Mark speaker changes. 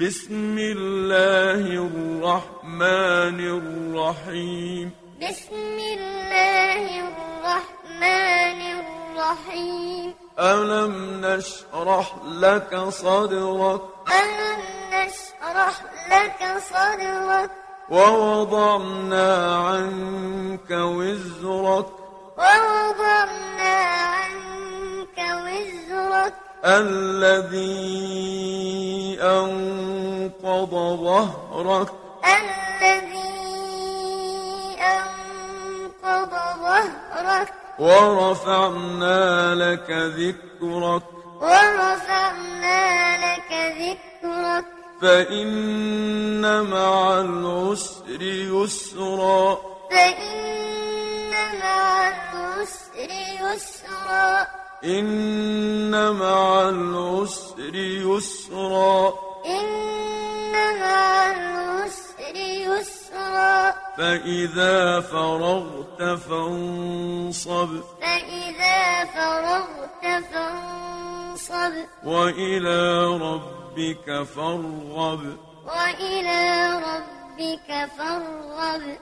Speaker 1: بسم الله الرحمن الرحيم
Speaker 2: بسم الله الرحمن الرحيم
Speaker 1: ألم نشرح لك صدرك
Speaker 2: ألم نشرح لك صدرك
Speaker 1: ووضعنا عنك وزرك
Speaker 2: ووضعنا عنك وزرك
Speaker 1: الذي أنقض ظهرك
Speaker 2: الذي أنقض ظهرك
Speaker 1: ورفعنا لك ذكرك
Speaker 2: ورفعنا لك ذكرك
Speaker 1: فإن مع العسر يسرا
Speaker 2: فإن مع العسر يسرا
Speaker 1: إن مع العسر يسرا
Speaker 2: إن مع العسر يسرا
Speaker 1: فإذا فرغت فانصب
Speaker 2: فإذا فرغت فانصب
Speaker 1: وإلى ربك فارغب
Speaker 2: وإلى ربك فارغب